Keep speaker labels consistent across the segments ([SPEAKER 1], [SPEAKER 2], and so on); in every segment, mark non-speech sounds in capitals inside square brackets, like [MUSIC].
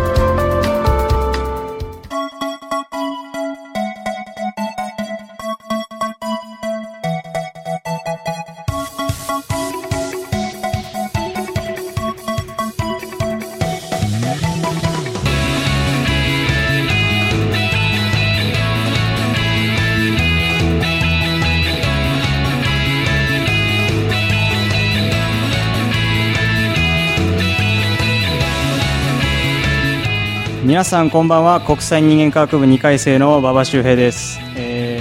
[SPEAKER 1] 皆さんこんばんは国際人間科学部2回生の馬場周平です、えー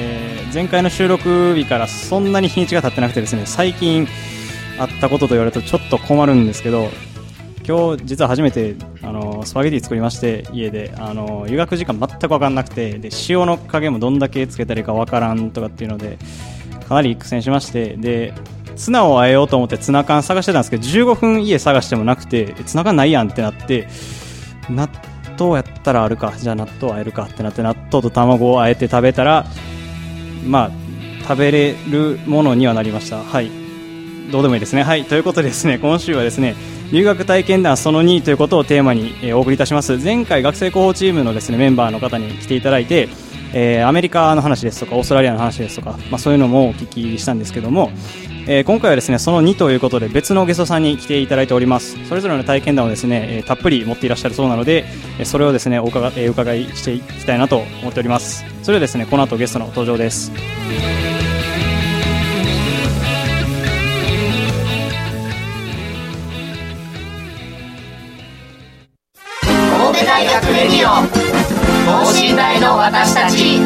[SPEAKER 1] 前回の収録日からそんなに日にちが経ってなくてですね最近あったことと言われるとちょっと困るんですけど今日実は初めてあのスパゲティ作りまして家であの湯がく時間全く分かんなくてで塩の加減もどんだけつけたらいいか分からんとかっていうのでかなり苦戦しましてでツナをあえようと思ってツナ缶探してたんですけど15分家探してもなくてえツナ缶ないやんってなって納豆やったらあるかじゃあ納豆あえるかってなって納豆と卵をあえて食べたらまあ食べれるものにはなりましたはいどうでもいいですねはいということでですね今週はですね留学体験談その2ということをテーマに、えーお送りいたします前回学生候補チームのですねメンバーの方に来ていただいてえーアメリカの話ですとかオーストラリアの話ですとか、まあ、そういうのもお聞きしたんですけども、えー今回はですねその2ということで別のゲストさんに来ていただいておりますそれぞれの体験談をですね、えーたっぷり持っていらっしゃるそうなので、えーそれをですねお伺い,、えー伺いしていきたいなと思っておりますそれではですねこの後ゲストの登場です
[SPEAKER 2] 神戸大学レディオ等身大の私たち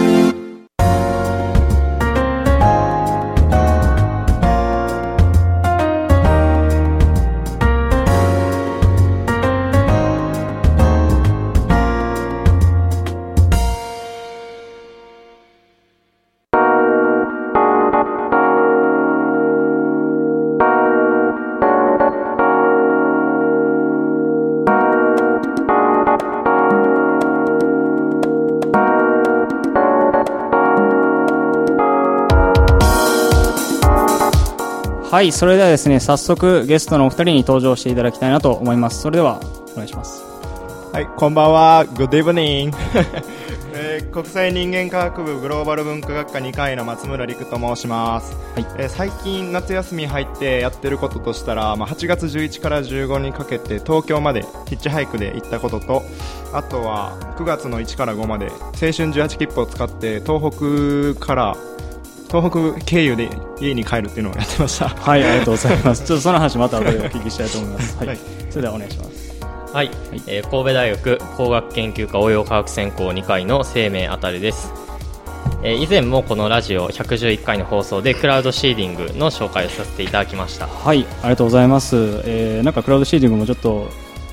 [SPEAKER 1] はいそれではですね早速ゲストのお二人に登場していただきたいなと思いますそれではお願いします
[SPEAKER 3] はい、こんばんは。Good evening、えー国際人間科学部グローバル文化学科2回の松村陸と申します。
[SPEAKER 1] はい
[SPEAKER 3] えー最近夏休み入ってやってることとしたら、まあ、8月11から15にかけて東京までヒッチハイクで行ったことと、あとは9月の1から5まで青春18切符を使って東北から東北経由で家に帰るっていうのをやってました。
[SPEAKER 1] はい、ありがとうござい [LAUGHS] ます。ちょっとその話また後でお聞きしたいと思います。はい、
[SPEAKER 3] はい
[SPEAKER 1] それではお願いします。
[SPEAKER 4] はい、えー神戸大学工学研究科応用科学専攻2回の生命あたるです、えー以前もこのラジオ111回の放送でクラウドシーディングの紹介をさせていただきました
[SPEAKER 1] はい、ありがとうございます。えーなんかクラウドシーディングもちょっと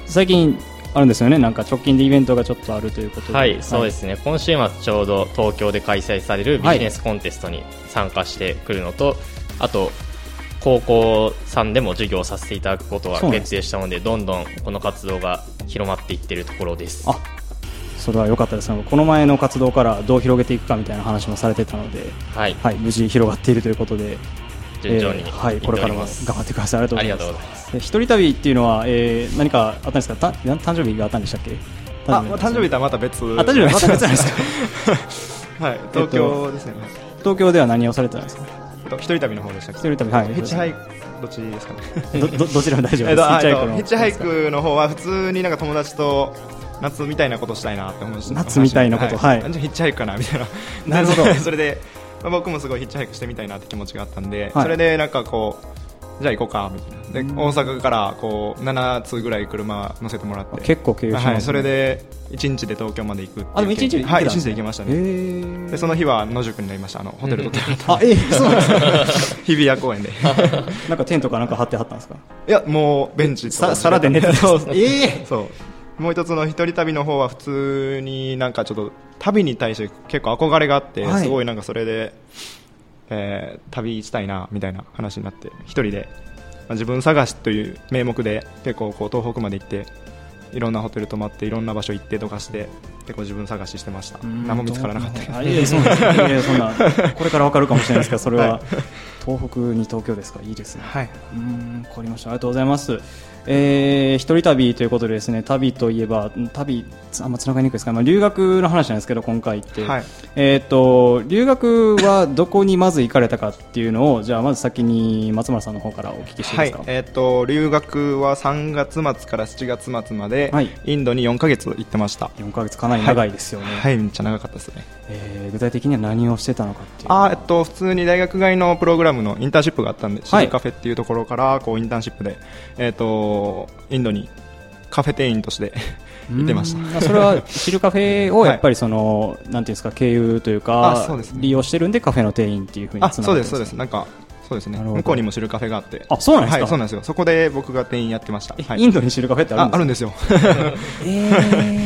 [SPEAKER 1] 最近あるんですよね。なんか直近でイベントがちょっとあるということで。
[SPEAKER 4] はいそうですね、今週末ちょうど東京で開催されるビジネスコンテストに参加してくるのと、あと高校さんでも授業をさせていただくことが
[SPEAKER 1] そうなんです
[SPEAKER 4] 決定したのでどんどんこの活動が広まっていってるところです
[SPEAKER 1] あそれは良かったですね。この前の活動からどう広げていくかみたいな話もされてたので、
[SPEAKER 4] はい
[SPEAKER 1] はい、無事広がっているということで、
[SPEAKER 4] 順調に
[SPEAKER 1] えーはい、これからも頑張ってください。ありがとう
[SPEAKER 4] あ
[SPEAKER 1] ござい
[SPEAKER 4] りが
[SPEAKER 1] ま
[SPEAKER 4] と
[SPEAKER 1] す
[SPEAKER 4] う
[SPEAKER 1] え
[SPEAKER 4] ご。ざいます
[SPEAKER 1] 一人旅っていうのは、えー何かあったんですかた誕生日があったんでしたっけ
[SPEAKER 3] あ、まあ誕生日とはまた
[SPEAKER 1] あ
[SPEAKER 3] 別。
[SPEAKER 1] 誕生日はまた別なんですか [LAUGHS]
[SPEAKER 3] [LAUGHS] はい、東京ですね。
[SPEAKER 1] 東京では何をされてたんですか
[SPEAKER 3] と一人旅の方でしたっけ
[SPEAKER 1] 一人旅はい
[SPEAKER 3] ヒッチハイクどっちですかね
[SPEAKER 1] どどどちらも大丈夫
[SPEAKER 3] え
[SPEAKER 1] で
[SPEAKER 3] っ
[SPEAKER 1] す。
[SPEAKER 3] とあ
[SPEAKER 1] ヒッチハイ
[SPEAKER 3] えっ
[SPEAKER 1] ク
[SPEAKER 3] と
[SPEAKER 1] の
[SPEAKER 3] ヒッチハイクの方は普通になんか友達と夏みたいなことしたいなって思いました
[SPEAKER 1] 夏みたいなことはい
[SPEAKER 3] じゃあヒッチハイクかなみたいな
[SPEAKER 1] [LAUGHS] なるほど
[SPEAKER 3] [LAUGHS] それで、まあ、僕もすごいヒッチハイクしてみたいなって気持ちがあったんで、
[SPEAKER 1] はい
[SPEAKER 3] それでなんかこうじゃあ行こうかみたいなで大阪からこう7つぐらい車乗せてもらって
[SPEAKER 1] 結構経由しますね
[SPEAKER 3] はい、それで1日で東京まで行くっていう
[SPEAKER 1] あでも一日で行けたんですね
[SPEAKER 3] はい一日で行けましたね、
[SPEAKER 1] へ
[SPEAKER 3] でその日は野宿になりましたあのホテル取ってもらった
[SPEAKER 1] あえーそうなんですか
[SPEAKER 3] [LAUGHS] 日比谷公
[SPEAKER 1] [LAUGHS]
[SPEAKER 3] 園で
[SPEAKER 1] なんかテントかなんか張ってはったんですか
[SPEAKER 3] いやもうベンチと
[SPEAKER 1] さ皿で寝 [LAUGHS] てた
[SPEAKER 3] そう
[SPEAKER 1] ええ
[SPEAKER 3] そうもう一つの一人旅の方は普通になんかちょっと旅に対して結構憧れがあって、
[SPEAKER 1] はい
[SPEAKER 3] すごいなんかそれでえー旅したいなみたいな話になって一人で、まあ自分探しという名目で結構こう東北まで行っていろんなホテル泊まっていろんな場所行ってとかして結構自分探ししてました何も見つからなかったけど
[SPEAKER 1] あいえいえそんないえいえそんなこれからわかるかもしれないですけどそれは、東北に東京ですかいいですね
[SPEAKER 3] はい、
[SPEAKER 1] うんわかりましたありがとうございますえー、一人旅ということでですね旅といえばうん旅つあんまつながりにくいですか、まあ、留学の話なんですけど今回って、
[SPEAKER 3] はい
[SPEAKER 1] えーっと留学はどこにまず行かれたかっていうのをじゃあまず先に松村さんの方からお聞きしていいで
[SPEAKER 3] は
[SPEAKER 1] す
[SPEAKER 3] い
[SPEAKER 1] か、
[SPEAKER 3] えー、と留学は3月末から7月末まで、
[SPEAKER 1] はい
[SPEAKER 3] インドに4ヶ月行ってました
[SPEAKER 1] 4ヶ月かなり長いですよね、
[SPEAKER 3] はい、めっちゃ長かったですね
[SPEAKER 1] えー具体的には何をしてたのかっていうの
[SPEAKER 3] あ
[SPEAKER 1] は
[SPEAKER 3] ーえっと、普通に大学外のプログラムのインターンシップがあったんで、シ
[SPEAKER 1] はい
[SPEAKER 3] ルカフェっていうところからこうインターンシップで、えっとインドにカフェ店員として行ってました。
[SPEAKER 1] たそれはシルカフェをやっぱりその、なんていうんですか経由というか
[SPEAKER 3] あそうですね
[SPEAKER 1] 利用してるんでカフェの店員っていうふうに
[SPEAKER 3] あ
[SPEAKER 1] つな
[SPEAKER 3] そ
[SPEAKER 1] が
[SPEAKER 3] う
[SPEAKER 1] って
[SPEAKER 3] で
[SPEAKER 1] るん
[SPEAKER 3] す、そうです、なんか、そうですね、
[SPEAKER 1] なるほど
[SPEAKER 3] 向こうにもシルカフェがあって、
[SPEAKER 1] あそうなんですか
[SPEAKER 3] はい、そうなんですよ、そこで僕が店員やってました。
[SPEAKER 1] え
[SPEAKER 3] はい、
[SPEAKER 1] インドにシルカフェってあ
[SPEAKER 3] ああ
[SPEAKER 1] る
[SPEAKER 3] るん
[SPEAKER 1] んです
[SPEAKER 3] ですよ。
[SPEAKER 1] かえ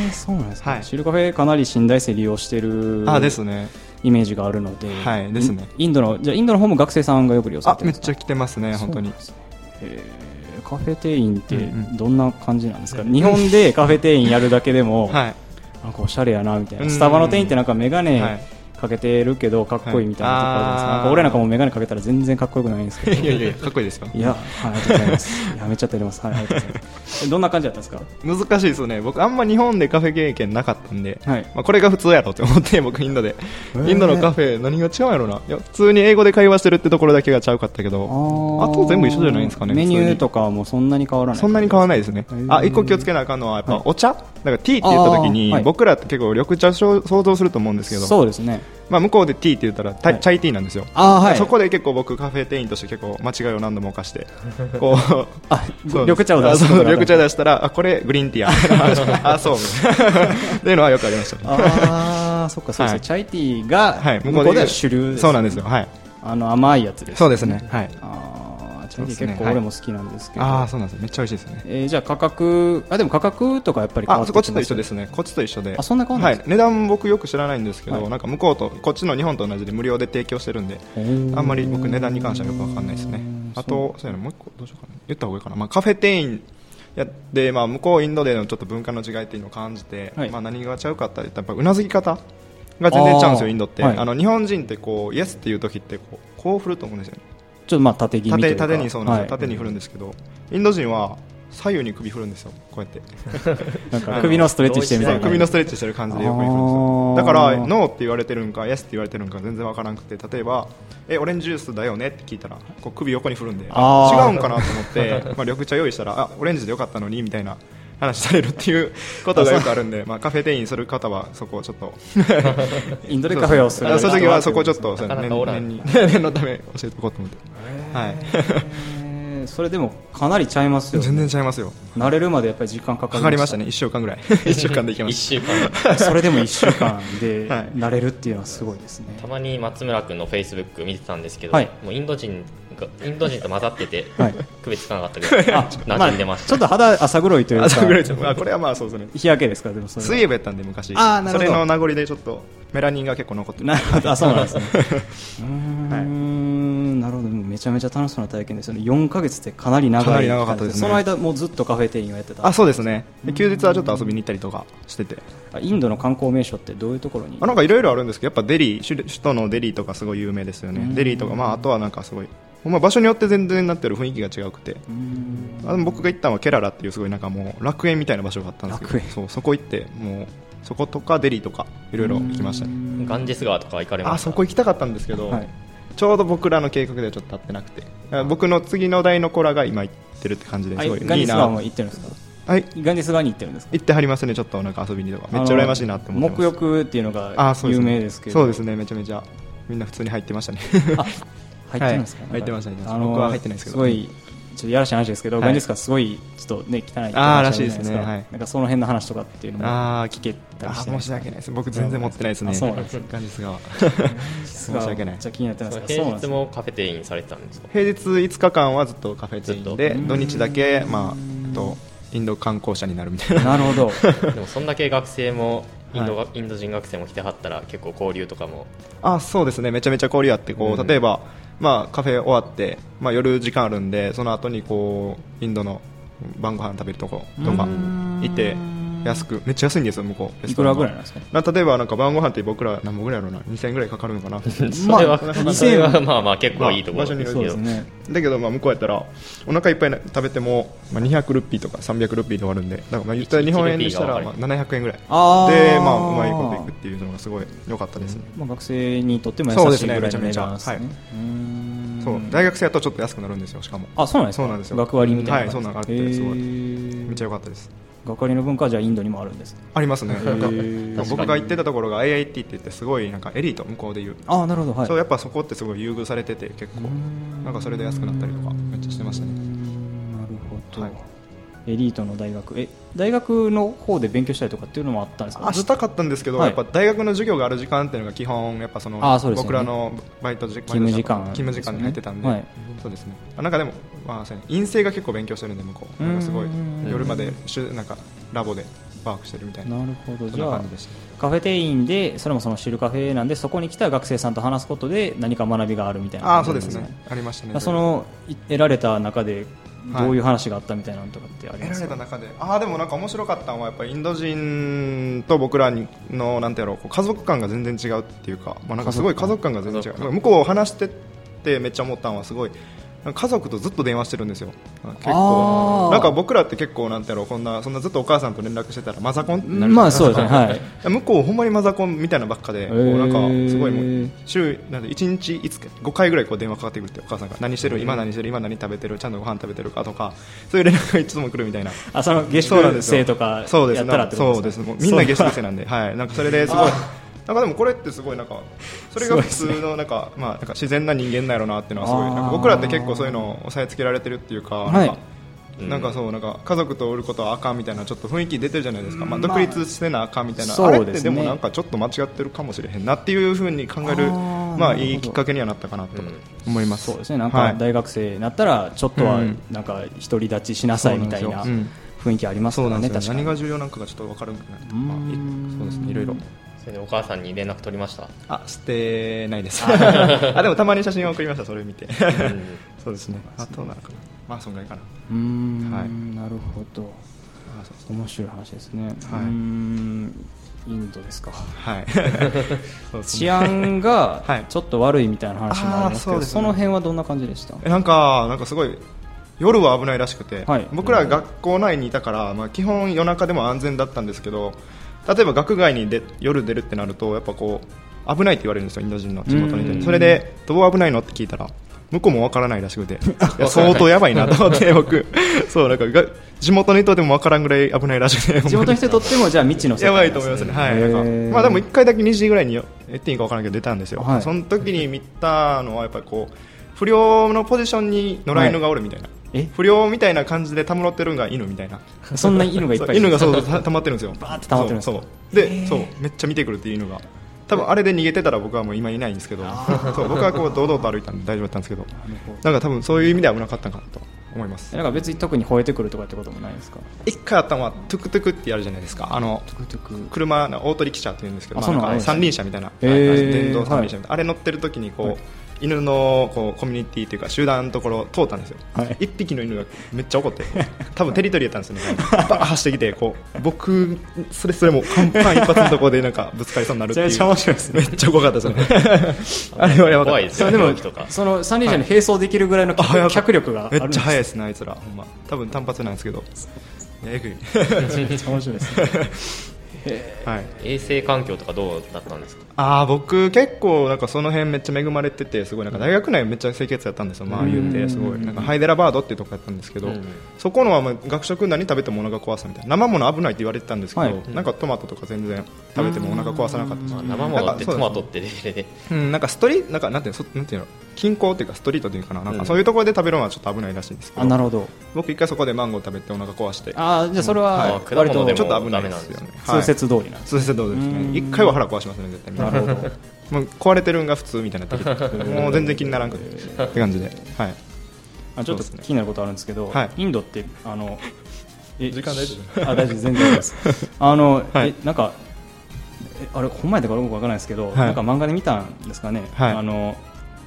[SPEAKER 1] ーそうなんですか、
[SPEAKER 3] はい
[SPEAKER 1] シルカフェかなり信頼性利用してる
[SPEAKER 3] あですね。
[SPEAKER 1] イメージがあるので、
[SPEAKER 3] はいですね
[SPEAKER 1] インインドのじゃあインドの方も学生さんがよく利用さ
[SPEAKER 3] あ
[SPEAKER 1] れてる
[SPEAKER 3] め
[SPEAKER 1] ん
[SPEAKER 3] っ
[SPEAKER 1] です
[SPEAKER 3] ち
[SPEAKER 1] か
[SPEAKER 3] ゃ来てますね、本当に。
[SPEAKER 1] そうなんですねえーカフェ店員って
[SPEAKER 3] うんうん
[SPEAKER 1] どんな感じなんですか、日本でカフェ店員やるだけで [LAUGHS] も、
[SPEAKER 3] はい。
[SPEAKER 1] なんかおしゃれやなみたいな、
[SPEAKER 3] うん
[SPEAKER 1] スタバの店員ってなんか眼鏡
[SPEAKER 3] はい
[SPEAKER 1] かけてるけどかっこいいみたいなとこあるじゃないですか、
[SPEAKER 3] はい
[SPEAKER 1] なんか俺なんかもう眼鏡かけたら全然かっこよくないんですけど
[SPEAKER 3] いやいやいや、かっこいいですよ。
[SPEAKER 1] いや、はい、ありがとうございますやめちゃっておりますはいありがとうございますえどんな感じだったんですか
[SPEAKER 3] 難しいですね僕あんま日本でカフェ経験なかったんで、
[SPEAKER 1] はい
[SPEAKER 3] まあ、これが普通やろって思って僕インドで、
[SPEAKER 1] ー
[SPEAKER 3] インドのカフェ何が違うんやろないや普通に英語で会話してるってところだけがちゃうかったけ
[SPEAKER 1] あ
[SPEAKER 3] ど
[SPEAKER 1] ー
[SPEAKER 3] あと全部一緒じゃないんですかね
[SPEAKER 1] メニュー
[SPEAKER 3] 普
[SPEAKER 1] とかはもうそんなに変わらない
[SPEAKER 3] そんなに変わらないですね、
[SPEAKER 1] へー
[SPEAKER 3] あ一個気をつけなあかんのはやっぱお茶、だからティーって言った時に、
[SPEAKER 1] あーはい
[SPEAKER 3] 僕らって結構緑茶を想像すると思うんですけど
[SPEAKER 1] そうですね
[SPEAKER 3] まあ、向こうでティーって言ったらた
[SPEAKER 1] はい
[SPEAKER 3] チャイティーなんですよ
[SPEAKER 1] あーはい
[SPEAKER 3] そこで結構僕カフェ店員として結構間違いを何度も犯して
[SPEAKER 1] [LAUGHS]
[SPEAKER 3] こう
[SPEAKER 1] あ
[SPEAKER 3] そう
[SPEAKER 1] 緑茶を出す
[SPEAKER 3] あそう緑茶
[SPEAKER 1] だ
[SPEAKER 3] 出したらあこれグリーンティーや [LAUGHS]
[SPEAKER 1] [LAUGHS]
[SPEAKER 3] あそうみたいなっていうのはよくありましたね
[SPEAKER 1] あーそっかそうですね、
[SPEAKER 3] はい
[SPEAKER 1] チャイティーが
[SPEAKER 3] はい
[SPEAKER 1] 向こうでは主流です、
[SPEAKER 3] そうなんですよはい
[SPEAKER 1] あの甘いやつです、
[SPEAKER 3] そうですねはい
[SPEAKER 1] あーチャイティー
[SPEAKER 3] そうですね
[SPEAKER 1] 結構
[SPEAKER 3] はい
[SPEAKER 1] 俺も好きなんですけど、
[SPEAKER 3] ああそうなんですよめっちゃ美味しいですね
[SPEAKER 1] えーじゃあ価格あでも価格とかやっぱり変わ
[SPEAKER 3] あ
[SPEAKER 1] って
[SPEAKER 3] こっちと一緒
[SPEAKER 1] で
[SPEAKER 3] ですねこっちと一緒で
[SPEAKER 1] あそんな変わんないん
[SPEAKER 3] は
[SPEAKER 1] で
[SPEAKER 3] い値段僕よく知らないんですけど、
[SPEAKER 1] はい
[SPEAKER 3] なんか向こうとこっちの日本と同じで無料で提供してるんで
[SPEAKER 1] ほー
[SPEAKER 3] あんまり僕値段に関してはよくわかんないですねあとそうやなもう一個どうしようかな言った方がいいかな、まあ、カフェ店員やで、まあ、向こうインドでのちょっと文化の違いっていうのを感じて、
[SPEAKER 1] はい
[SPEAKER 3] まあ、何が違うかって言ったらやっぱうなずき方が全然違うんです
[SPEAKER 1] あー
[SPEAKER 3] よインドって、
[SPEAKER 1] はい
[SPEAKER 3] あの日本人ってこうイエスっていう時ってこうこう振ると思うんですよね
[SPEAKER 1] ちょっとまあ縦気味という
[SPEAKER 3] 縦
[SPEAKER 1] か
[SPEAKER 3] 縦にそうなんですよ、
[SPEAKER 1] はい
[SPEAKER 3] 縦に振るんですけどインド人は左右に首振るんですよこうやって
[SPEAKER 1] なんか首のストレッチしてみたいな
[SPEAKER 3] 首のストレッチしてる感じで横に振るんです
[SPEAKER 1] あ
[SPEAKER 3] よ
[SPEAKER 1] ー
[SPEAKER 3] だからノーって言われてるんかイエスって言われてるんか全然わからなくて例えばえオレンジジュースだよねって聞いたらこう首横に振るんで違うん
[SPEAKER 1] あー
[SPEAKER 3] かなと思って [LAUGHS] まあ緑茶用意したらあオレンジでよかったのにみたいな話されるっていうことがよくあるんで、まあ、カフェ店員する方はそこをちょっと
[SPEAKER 1] インドでカフェをする
[SPEAKER 3] あそういう時はそこをちょっと
[SPEAKER 4] なかなか
[SPEAKER 3] 念
[SPEAKER 4] おらん
[SPEAKER 3] 念に念のため教えておこうと思って、はい、
[SPEAKER 1] えーそれでもかなりちゃいますよね
[SPEAKER 3] 全然ちゃいますよ
[SPEAKER 1] 慣れるまでやっぱり時間かか
[SPEAKER 3] かかりました
[SPEAKER 1] ね
[SPEAKER 3] ね1週間ぐらい1週間で行きま
[SPEAKER 4] 1
[SPEAKER 3] し
[SPEAKER 4] 週間
[SPEAKER 1] それでも1週間で
[SPEAKER 3] [LAUGHS] はい
[SPEAKER 1] 慣れるっていうのはすごいですね
[SPEAKER 4] たまに松村君のフェイスブック見てたんですけど、
[SPEAKER 1] はい
[SPEAKER 4] もうインド人がインド人と混ざってて、
[SPEAKER 1] はい
[SPEAKER 4] 区別つかなかったけど、
[SPEAKER 1] あ
[SPEAKER 4] [LAUGHS] 馴染んでまし
[SPEAKER 1] ちょ
[SPEAKER 4] た、
[SPEAKER 1] っと肌浅黒いという
[SPEAKER 3] た
[SPEAKER 1] か
[SPEAKER 3] [LAUGHS] あそうぐらいちょっとあこれはまあそうですね
[SPEAKER 1] 日焼けですからでもそれは
[SPEAKER 3] 水泳部やったんで昔
[SPEAKER 1] あーなるほど
[SPEAKER 3] それの名残でちょっとメラニンが結構残ってる
[SPEAKER 1] なるほどあそうなん
[SPEAKER 3] [LAUGHS]
[SPEAKER 1] ですねうーんなるほどでもめちゃめちゃ楽しそうな体験ですよね4ヶ月ってかなり長い
[SPEAKER 3] かなり長かったですね
[SPEAKER 1] その間もうずっとカフェ店員をやってた
[SPEAKER 3] あそうですねで休日はちょっと遊びに行ったりとかしてて
[SPEAKER 1] あインドの観光名所ってどういうところに
[SPEAKER 3] あなんかいろいろあるんですけどやっぱデリー首首都のデリーとかすごい有名ですよねデリーとか、まあ、あとはなんかすごいほんま場所によって全然なってる雰囲気が違うくてあでも僕が行ったのはケララっていうすごいなんかもう楽園みたいな場所があったんですけど
[SPEAKER 1] 楽園
[SPEAKER 3] そうそこ行ってもうそことかデリーとかいろいろ行きましたね
[SPEAKER 4] ガンジス川とか行かれま
[SPEAKER 3] あ
[SPEAKER 4] した
[SPEAKER 3] そこ行きたかったんですけど、
[SPEAKER 1] はい
[SPEAKER 3] ちょうど僕らの計画ではちょっと立ってなくてあ僕の次の代の子らが今行ってるって感じです
[SPEAKER 1] あ
[SPEAKER 3] ごい
[SPEAKER 1] ガン
[SPEAKER 3] い
[SPEAKER 1] ジ
[SPEAKER 3] い
[SPEAKER 1] ス川
[SPEAKER 3] な
[SPEAKER 1] も行ってるんですか
[SPEAKER 3] はい
[SPEAKER 1] ガンジス川に行ってるんですか
[SPEAKER 3] 行ってはりますねちょっとなんか遊びにとかめっちゃ羨ましいなって思ってます
[SPEAKER 1] あの沐浴っていうの
[SPEAKER 3] あ
[SPEAKER 1] が
[SPEAKER 3] そう
[SPEAKER 1] 有名ですけど
[SPEAKER 3] そうですねめちゃめちゃみんな普通に入って
[SPEAKER 1] [LAUGHS]
[SPEAKER 3] ましたね
[SPEAKER 1] 入ってるんですか、
[SPEAKER 3] はい入ってました入ってました
[SPEAKER 1] あの
[SPEAKER 3] 僕は入ってないですけ
[SPEAKER 1] す
[SPEAKER 3] ど
[SPEAKER 1] ごいちょっとやらしい話ですけど、
[SPEAKER 3] はい
[SPEAKER 1] ガンジス川すごいちょっとね汚いって
[SPEAKER 3] あー
[SPEAKER 1] 話
[SPEAKER 3] ら
[SPEAKER 1] る
[SPEAKER 3] し
[SPEAKER 1] じ
[SPEAKER 3] い
[SPEAKER 1] ゃ
[SPEAKER 3] で
[SPEAKER 1] な
[SPEAKER 3] す
[SPEAKER 1] いで
[SPEAKER 3] ね
[SPEAKER 1] すか
[SPEAKER 3] はい
[SPEAKER 1] なんかその辺の話とかっていうのも
[SPEAKER 3] あー聞け
[SPEAKER 1] たりして
[SPEAKER 3] あ申し訳ないです僕全然持ってないですね
[SPEAKER 1] あそうなんです
[SPEAKER 3] 感じですが
[SPEAKER 1] 申
[SPEAKER 3] 申し訳ない
[SPEAKER 1] じゃ気になってますけどそうなんです
[SPEAKER 4] 平日
[SPEAKER 1] ね
[SPEAKER 4] もカフェ店員されてたん
[SPEAKER 3] [LAUGHS]
[SPEAKER 4] です
[SPEAKER 3] [LAUGHS]
[SPEAKER 4] か
[SPEAKER 3] 平日5日間はずっとカフェ店
[SPEAKER 4] ずっ
[SPEAKER 3] 員
[SPEAKER 4] と
[SPEAKER 3] で土日だけまああとインド観光者になるみたいな [LAUGHS]
[SPEAKER 1] なるほど
[SPEAKER 4] でもそんだけ学生もインドが、インド人学生も来てはったら結構交流とかも
[SPEAKER 3] あそうですねめちゃめちゃ交流あってこ
[SPEAKER 4] う
[SPEAKER 3] うん例えば、まあ、カフェ終わって、まあ、夜時間あるんでその後にこうインドの晩ご飯食べるとことか行って安くめっちゃ安いんですよ向こうレ
[SPEAKER 1] い
[SPEAKER 3] ス
[SPEAKER 1] く
[SPEAKER 3] トラ
[SPEAKER 1] ら
[SPEAKER 3] ン
[SPEAKER 1] ぐ
[SPEAKER 3] が
[SPEAKER 1] らいなんですかね
[SPEAKER 3] な例えばなんか晩ご飯って僕ら何本ぐらいやろうな2000ぐらいかかるのかな
[SPEAKER 4] それは、
[SPEAKER 1] まあ
[SPEAKER 4] [LAUGHS] それはまあまあ結構いいところ
[SPEAKER 3] まあ場所による
[SPEAKER 1] そうですね
[SPEAKER 3] だけどまあ向こうやったらお腹いっぱいな食べてもまあ200ルピーとか300ルピーで終わるんでだからまあ言ったら日本円でしたら
[SPEAKER 4] 一
[SPEAKER 3] まあ
[SPEAKER 4] ルピ
[SPEAKER 3] 700円ぐらいでま
[SPEAKER 1] あー
[SPEAKER 3] あうまいこといくっていうのがすごい良かったですね
[SPEAKER 1] まあ、学生にとっても
[SPEAKER 3] そう
[SPEAKER 1] 優
[SPEAKER 3] で
[SPEAKER 1] し
[SPEAKER 3] す
[SPEAKER 1] い
[SPEAKER 3] ね
[SPEAKER 1] ぐらいの
[SPEAKER 3] め
[SPEAKER 1] 値
[SPEAKER 3] ちゃ
[SPEAKER 1] 段
[SPEAKER 3] め
[SPEAKER 1] で
[SPEAKER 3] ちゃ
[SPEAKER 1] すねうーん
[SPEAKER 3] そう大学生だとちょっと安くなるんですよしかも
[SPEAKER 1] あそうなんですか
[SPEAKER 3] そうなんですよ
[SPEAKER 1] 学割みたいな
[SPEAKER 3] はいそ
[SPEAKER 1] 感
[SPEAKER 3] う
[SPEAKER 1] じ
[SPEAKER 3] な
[SPEAKER 1] で
[SPEAKER 3] ん
[SPEAKER 1] す
[SPEAKER 3] かあ
[SPEAKER 1] か
[SPEAKER 3] ってすごいめっちゃ良かったです
[SPEAKER 1] 学割の文化はじゃあインドにもあるんですね
[SPEAKER 3] ありますねなんか
[SPEAKER 1] ー
[SPEAKER 3] 僕が行ってたところが IIT って言ってすごいなんかエリート向こうでいう
[SPEAKER 1] ああなるほどはい
[SPEAKER 3] そうやっぱそこってすごい優遇されてて結構なんかそれで安くなったりとかめっちゃしてました
[SPEAKER 1] うー
[SPEAKER 3] ね
[SPEAKER 1] んなるほど、
[SPEAKER 3] はい
[SPEAKER 1] エリートの大学え大学の方で勉強したりとかっていうのもあったんですか
[SPEAKER 3] あしたかったんですけど、
[SPEAKER 1] はい
[SPEAKER 3] やっぱ大学の授業がある時間っていうのが基本やっぱその
[SPEAKER 1] あそうですよね
[SPEAKER 3] 僕らのバイト時
[SPEAKER 1] 勤務時間
[SPEAKER 3] バイト勤務時間に入ってたんで、
[SPEAKER 1] はい
[SPEAKER 3] そうですねあなんかでも、まあ、そうやね陰性が結構勉強してるんで向こうなんかすごい
[SPEAKER 1] うん
[SPEAKER 3] 夜までしゅなんかラボでワークしてるみたいな
[SPEAKER 1] なるほど
[SPEAKER 3] そ
[SPEAKER 1] じ
[SPEAKER 3] んな
[SPEAKER 1] ゃあ
[SPEAKER 3] 感じでした
[SPEAKER 1] カフェ店員でそれもその知るカフェなんでそこに来た学生さんと話すことで何か学びがあるみたいな
[SPEAKER 3] あ
[SPEAKER 1] 感
[SPEAKER 3] あ
[SPEAKER 1] じ
[SPEAKER 3] そう
[SPEAKER 1] な
[SPEAKER 3] で
[SPEAKER 1] ん
[SPEAKER 3] すねありましたね
[SPEAKER 1] そのい得られた中で
[SPEAKER 3] はい
[SPEAKER 1] どういう話があったみたいなのとかってあり
[SPEAKER 3] 得
[SPEAKER 1] ま
[SPEAKER 3] ら
[SPEAKER 1] す
[SPEAKER 3] れ
[SPEAKER 1] か、
[SPEAKER 3] た中でああでもなんか面白かったのはやっぱインド人と僕らのなんてやろうこう家族感が全然違うっていうか,、まあ、なんかすごい家族感が全然違う
[SPEAKER 4] 家族
[SPEAKER 3] なんか向こうを話してってめっちゃ思ったのはすごいなんか家族とずっと電話してるんですよ結
[SPEAKER 1] あー
[SPEAKER 3] 構なんか僕らって結構なんてやろうこんなそんなずっとお母さんと連絡してたらマザコンってなる
[SPEAKER 1] まあそうですね
[SPEAKER 3] [LAUGHS]
[SPEAKER 1] はい
[SPEAKER 3] 向こうほんまにマザコンみたいなばっかで、
[SPEAKER 1] へ
[SPEAKER 3] こ
[SPEAKER 1] ー
[SPEAKER 3] うなんかすごいもう週なんで1日いつか5回ぐらいこう電話かかってくるってお母さんが何してる今何してる今何食べてるちゃんとご飯食べてるかとかそういう連絡がいつも来るみたいな
[SPEAKER 1] あその下
[SPEAKER 3] そうなんで
[SPEAKER 1] 宿
[SPEAKER 3] すよ
[SPEAKER 1] 生とかやっ
[SPEAKER 3] そうです
[SPEAKER 1] たらってことです
[SPEAKER 3] そ
[SPEAKER 1] か
[SPEAKER 3] うですもうみんなゲスト
[SPEAKER 1] そう
[SPEAKER 3] 生なんで、はい、なんかそれですごいなんかでもこれってすごいなんかそれが普通のなんか、まあなんか自然な人間なんやろうなっていうのはすごい
[SPEAKER 1] あー
[SPEAKER 3] なんか僕らって結構そういうのを押さえつけられてるっていうか、
[SPEAKER 1] はい
[SPEAKER 3] なんかなんかそうなんか家族とおることはあかんみたいなちょっと雰囲気出てるじゃないですか、まあ、独立してなあかんみたいな、
[SPEAKER 1] そう
[SPEAKER 3] あ
[SPEAKER 1] です
[SPEAKER 3] れ
[SPEAKER 1] ね
[SPEAKER 3] ってでもなんかちょっと間違ってるかもしれへんなっていうふうに考える
[SPEAKER 1] あー
[SPEAKER 3] ま
[SPEAKER 1] な
[SPEAKER 3] あ
[SPEAKER 1] るほど
[SPEAKER 3] いいきっかけにはなったかなと
[SPEAKER 4] うん
[SPEAKER 3] 思います、
[SPEAKER 1] そうですねなん
[SPEAKER 3] は
[SPEAKER 1] か
[SPEAKER 3] い
[SPEAKER 1] 大学生になったらちょっとは
[SPEAKER 3] うん
[SPEAKER 1] なんか独り立ちしなさいみたいな
[SPEAKER 3] そうなんですよ
[SPEAKER 1] 雰囲気あります
[SPEAKER 3] そ
[SPEAKER 1] か
[SPEAKER 3] うな
[SPEAKER 1] ら
[SPEAKER 3] んで
[SPEAKER 1] ね
[SPEAKER 3] すよ
[SPEAKER 1] 確か
[SPEAKER 3] 何
[SPEAKER 1] に
[SPEAKER 3] が重要なのかがちょっと分からなくなる、まあいそうですねいろいろ
[SPEAKER 4] それでお母さんに連絡取りました、
[SPEAKER 3] あ捨てないです [LAUGHS] あでもたまに写真を送りましたそれ見て
[SPEAKER 4] うん
[SPEAKER 3] そうですねあとなんかなまあそんぐらいかな
[SPEAKER 1] うーん、
[SPEAKER 3] はい
[SPEAKER 1] なるほど
[SPEAKER 3] あそうですね
[SPEAKER 1] 面白い話ですね、うーんインドですか
[SPEAKER 3] はい [LAUGHS] そうです
[SPEAKER 1] 治
[SPEAKER 3] ね
[SPEAKER 1] 安が
[SPEAKER 3] [LAUGHS] はい
[SPEAKER 1] ちょっと悪いみたいな話もありますけど、
[SPEAKER 3] あーそうですね
[SPEAKER 1] その辺はどんな感じで
[SPEAKER 3] [LAUGHS]
[SPEAKER 1] した
[SPEAKER 3] えなんかなんかすごい夜は危ないらしくて、
[SPEAKER 1] はい
[SPEAKER 3] 僕ら学校内にいたから、まあ、基本夜中でも安全だったんですけど例えば学外にで夜出るってなるとやっぱこう危ないって言われるんですよインド人の地元の人
[SPEAKER 1] うん
[SPEAKER 3] にそれでどう危ないのって聞いたら向こうもわからないらし
[SPEAKER 1] [LAUGHS]
[SPEAKER 3] くていや相当やばいなと思って僕そうなんかが地元の人でもわからんぐらい危ないらしくて
[SPEAKER 1] 地元の人にとってもじゃあ未知の世
[SPEAKER 3] [LAUGHS] や
[SPEAKER 1] 界
[SPEAKER 3] ばいと思いますね、はい、なんか
[SPEAKER 1] へー
[SPEAKER 3] まあ、でも1回だけ2時ぐらいによ言っていいか分からんけど出たんですよ、
[SPEAKER 1] はい
[SPEAKER 3] その時に見たのは、やっぱりこう不良のポジションに野良犬がおるみたいな、
[SPEAKER 1] いえ
[SPEAKER 3] 不良みたいな感じでたむろってるのが犬みたいな、
[SPEAKER 1] そんな犬がいっぱいいる
[SPEAKER 3] 犬がそうたたまってるんですよ、バ
[SPEAKER 1] ーってたまってるんです
[SPEAKER 3] そうそうで、そうめっちゃ見てくるっていう犬が。多分あれで逃げてたら僕はもう今いないんですけどそう僕はこう堂々と歩いたんで大丈夫だったんですけどなんか多分そういう意味では危なかったかなと思います
[SPEAKER 1] なんか別に特に吠えてくるとかってこともないですか
[SPEAKER 3] 一回あったのはトゥクトゥクってやるじゃないですかあの車の大取り汽車って言うんですけど、
[SPEAKER 1] あ
[SPEAKER 3] ま
[SPEAKER 1] そ
[SPEAKER 3] あ、
[SPEAKER 1] う
[SPEAKER 3] な
[SPEAKER 1] なんの
[SPEAKER 3] か三輪車みたいな、
[SPEAKER 1] へー
[SPEAKER 3] 電動三輪車みたいな、あれ乗ってる時にこう、犬のこうコミュニティというか集団のところを通ったんですよ、
[SPEAKER 1] はい
[SPEAKER 3] 一匹の犬がめっち
[SPEAKER 1] [LAUGHS]
[SPEAKER 3] ゃ怒って多分テリトリーやったんですよねバーッ走ってきてこう僕それそれもうパンパン一発のところでなんかぶつかりそうになるっていう
[SPEAKER 1] めちゃめちゃ面白いです
[SPEAKER 3] めっちゃ怖かったで
[SPEAKER 1] [LAUGHS]
[SPEAKER 3] すよねあれはやばかった
[SPEAKER 4] 怖いですよ
[SPEAKER 1] でも
[SPEAKER 4] 狂気とか
[SPEAKER 1] その三輪車に並走できるぐらいの脚,、
[SPEAKER 3] 速かった
[SPEAKER 1] 力があ
[SPEAKER 3] め
[SPEAKER 1] るん
[SPEAKER 3] っ
[SPEAKER 1] です
[SPEAKER 3] ちゃ速い
[SPEAKER 1] い
[SPEAKER 3] ですねあいつらほんま多分単発なんですけどいや
[SPEAKER 1] [LAUGHS]
[SPEAKER 3] えぐい
[SPEAKER 1] めっちゃ面白いですね
[SPEAKER 3] はい
[SPEAKER 4] 衛生環境とかどうだったんですか
[SPEAKER 3] ああ僕結構なんかその辺めっちゃ恵まれててすごいなんか大学内めっちゃ清潔やったんですよ、まあ、言うてすごいなんかハイデラバードっていうとこやったんですけど、
[SPEAKER 4] うん
[SPEAKER 3] そこのはまあ学食何食べてもお腹壊すみたいな生もの危ないって言われてたんですけど、
[SPEAKER 1] はい
[SPEAKER 3] なんかトマトとか全然食べてもお腹壊さなかったし
[SPEAKER 4] まあ、生ものって
[SPEAKER 3] なんかそうですね
[SPEAKER 4] トマトってレベルで
[SPEAKER 3] うん、なんかストリートなんかなんていうのそなんていうの近郊っていうかストリートというかななんかそういうところで食べるのはちょっと危ないらしいんですけ
[SPEAKER 1] あ
[SPEAKER 3] ど
[SPEAKER 1] なるほど
[SPEAKER 3] 僕一回そこでマンゴー食べてお腹壊して
[SPEAKER 1] あーじゃあそれは
[SPEAKER 4] はい果
[SPEAKER 1] 割
[SPEAKER 4] 物
[SPEAKER 1] と
[SPEAKER 4] でも
[SPEAKER 3] ちょっと危ないですよ
[SPEAKER 4] ダメ
[SPEAKER 3] ね
[SPEAKER 4] な
[SPEAKER 3] はい
[SPEAKER 1] 通説通りなんです、
[SPEAKER 3] 通説どうです
[SPEAKER 1] う
[SPEAKER 3] ね
[SPEAKER 1] ん
[SPEAKER 3] 一回は腹壊しますね絶対
[SPEAKER 1] なるほど
[SPEAKER 3] もう壊れてるんが普通みたいになって
[SPEAKER 1] [LAUGHS]
[SPEAKER 3] きて [LAUGHS] もう全然気にならんくてって感じで、はい、
[SPEAKER 1] あちょっと
[SPEAKER 3] そうですね
[SPEAKER 1] 気になることあるんですけど、
[SPEAKER 3] はい
[SPEAKER 1] インドってあのえ
[SPEAKER 3] [LAUGHS] 時間大丈夫 [LAUGHS]
[SPEAKER 1] あ大丈夫全然大丈夫ですあの、
[SPEAKER 3] はい
[SPEAKER 1] えなんかえあれほんまやったかどうかわからないですけど、
[SPEAKER 3] い
[SPEAKER 1] なんか漫画で見たんですかね、
[SPEAKER 3] はい
[SPEAKER 1] あの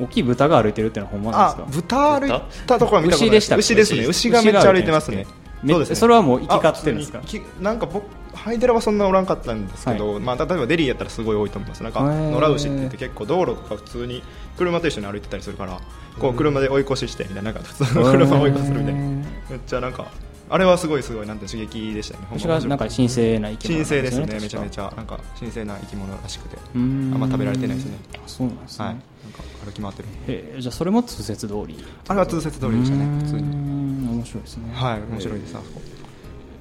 [SPEAKER 1] 大きい豚が歩いてるっていうのはほんまな
[SPEAKER 3] あ
[SPEAKER 1] んですか
[SPEAKER 3] 豚歩いたところは見たことな
[SPEAKER 1] 牛
[SPEAKER 3] い
[SPEAKER 1] でしたっけ
[SPEAKER 3] 牛ですね牛がめっちゃ歩いてますね
[SPEAKER 1] め
[SPEAKER 3] そうですね
[SPEAKER 1] それはもう行き交ってるんですか
[SPEAKER 3] あ普通にきなんか僕ハイデラはそんなおらんかったんですけど、まあ、例えばデリーやったらすごい多いと思いますなんか
[SPEAKER 1] へー
[SPEAKER 3] 野良牛って言って結構道路とか普通に車と一緒に歩いてたりするからこう車で追い越ししてみたいななんか普通の車を追い越しするみたいな
[SPEAKER 1] うん
[SPEAKER 3] めっちゃなんかあれはすごいすごいなんて刺激でしたねほん
[SPEAKER 1] 牛
[SPEAKER 3] ま
[SPEAKER 1] がなんか神聖な生き物
[SPEAKER 3] 神聖ですね
[SPEAKER 1] なん
[SPEAKER 3] めちゃめち
[SPEAKER 1] ゃ
[SPEAKER 3] ゃなんか神聖な生き物らしくて
[SPEAKER 1] あ
[SPEAKER 3] あんま食べられてないですね
[SPEAKER 1] そうなんですね、
[SPEAKER 3] はいなんか歩き回ってる
[SPEAKER 1] えーじゃあそれも通説通り
[SPEAKER 3] あれは通説通りでした
[SPEAKER 1] うーん
[SPEAKER 3] ね普通に
[SPEAKER 1] 面白いですね
[SPEAKER 3] はい面白いですあそこ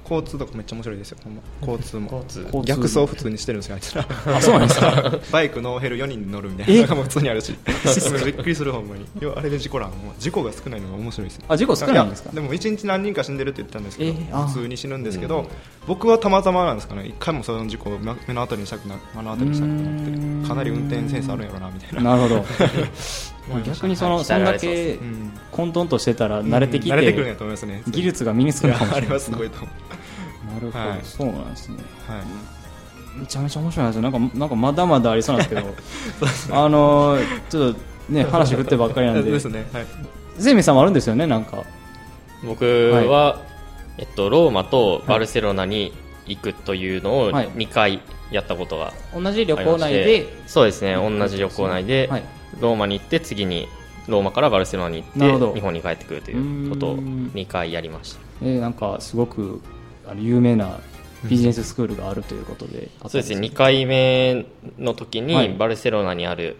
[SPEAKER 3] 交通とかめっちゃ面白いですよほんま交通も
[SPEAKER 4] 交通
[SPEAKER 1] 交通
[SPEAKER 3] 逆走普通にしてるんですよあいつら
[SPEAKER 1] [LAUGHS] あそうなんですか
[SPEAKER 3] バイクノーヘル4人乗るみたい
[SPEAKER 1] え
[SPEAKER 3] なのがもう普通に
[SPEAKER 1] [LAUGHS]
[SPEAKER 3] あるし [LAUGHS] びっくりするほんまに要はあれで事故らんもう事故が少ないのが面白いですね
[SPEAKER 1] あ事故少ないんですか
[SPEAKER 3] やでも1日何人か死んでるって言ったんですけど、
[SPEAKER 1] えーあー
[SPEAKER 3] 普通に死ぬんですけど、僕はたまたまなんですかね一回もその事故を目目の当たりにしたくな目の当たりにしたくなくてかなり運転センスあるんやろなみたい
[SPEAKER 1] な
[SPEAKER 3] な
[SPEAKER 1] るほど
[SPEAKER 3] 思いました
[SPEAKER 1] 逆にその、
[SPEAKER 4] はい
[SPEAKER 1] そんだ
[SPEAKER 4] 鍛えられ
[SPEAKER 3] う
[SPEAKER 1] け
[SPEAKER 3] ん
[SPEAKER 1] 混沌としてたら慣れてきて,、
[SPEAKER 3] うん慣れてくるんやと思いますね
[SPEAKER 1] 技術が身につ
[SPEAKER 3] い
[SPEAKER 1] くの
[SPEAKER 3] や
[SPEAKER 1] かもし
[SPEAKER 3] あ
[SPEAKER 1] れ
[SPEAKER 3] れ
[SPEAKER 1] ないで
[SPEAKER 3] は
[SPEAKER 1] す
[SPEAKER 3] す
[SPEAKER 1] ね
[SPEAKER 3] ごいと思う
[SPEAKER 1] なるほど、
[SPEAKER 3] はい
[SPEAKER 1] そうなんですね
[SPEAKER 3] はい
[SPEAKER 1] めちゃめちゃ面白い話なんかなんかまだまだありそうなんですけどあのーちょっとね話振ってばっかりなんで
[SPEAKER 3] ですねはい
[SPEAKER 1] ゼミさんもあるんですよねなんか
[SPEAKER 4] 僕は、えっと、ローマとバルセロナに行くというのを
[SPEAKER 1] はい
[SPEAKER 4] 2回やったことが
[SPEAKER 1] 同じ旅
[SPEAKER 4] ありま
[SPEAKER 1] 行
[SPEAKER 4] して
[SPEAKER 1] 内で
[SPEAKER 4] そうですね同じ旅行内で、
[SPEAKER 1] はい
[SPEAKER 4] ローマに行って次にローマからバルセロナに
[SPEAKER 1] なるほ
[SPEAKER 4] 行っ
[SPEAKER 1] ど
[SPEAKER 4] て日本に帰ってくるということを
[SPEAKER 1] うーん
[SPEAKER 4] 2回やりました
[SPEAKER 1] えーなんかすごくあの有名なビジネススクールがあるということで、
[SPEAKER 4] そうですね2回目の時に、
[SPEAKER 1] はい
[SPEAKER 4] バルセロナにある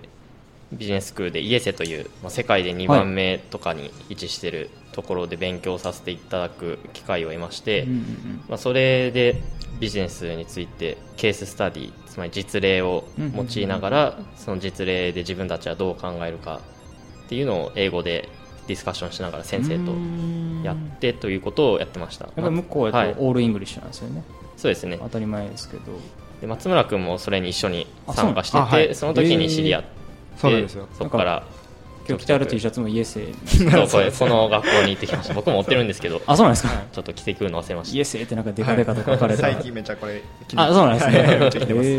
[SPEAKER 4] ビジネススクールでイエセという、まあ、世界で2番目とかに位置してるところで勉強させていただく機会を得まして、
[SPEAKER 1] うんうんうん
[SPEAKER 4] まあ、それでビジネスについてケーススタディつまり実例を用いながらその実例で自分たちはどう考えるかっていうのを英語でディスカッションしながら先生とやってということをやってました
[SPEAKER 1] やっぱり向こう
[SPEAKER 4] は
[SPEAKER 1] や
[SPEAKER 4] い
[SPEAKER 1] とオールイングリッシュなんですよね、
[SPEAKER 4] そうですね
[SPEAKER 1] 当たり前ですけど
[SPEAKER 4] で松村君もそれに一緒に
[SPEAKER 1] あそう
[SPEAKER 4] 参加してて
[SPEAKER 3] あ
[SPEAKER 4] そ,、
[SPEAKER 3] はい
[SPEAKER 4] の時に知り合って
[SPEAKER 3] そうなんですよ
[SPEAKER 4] そこから
[SPEAKER 1] 今日着てある T シャツもイエスエ
[SPEAKER 4] そうこれこの学校に行ってきました僕も追ってるんですけど
[SPEAKER 1] あそうなんですか、
[SPEAKER 4] ちょっと着てくるの忘れまし
[SPEAKER 1] イエスエってなんかデカデカと書かれた、
[SPEAKER 3] 最近めっちゃこれ気に
[SPEAKER 1] あそうなんです
[SPEAKER 3] は
[SPEAKER 1] ね
[SPEAKER 3] [LAUGHS] いめっちゃ来てます、
[SPEAKER 1] へ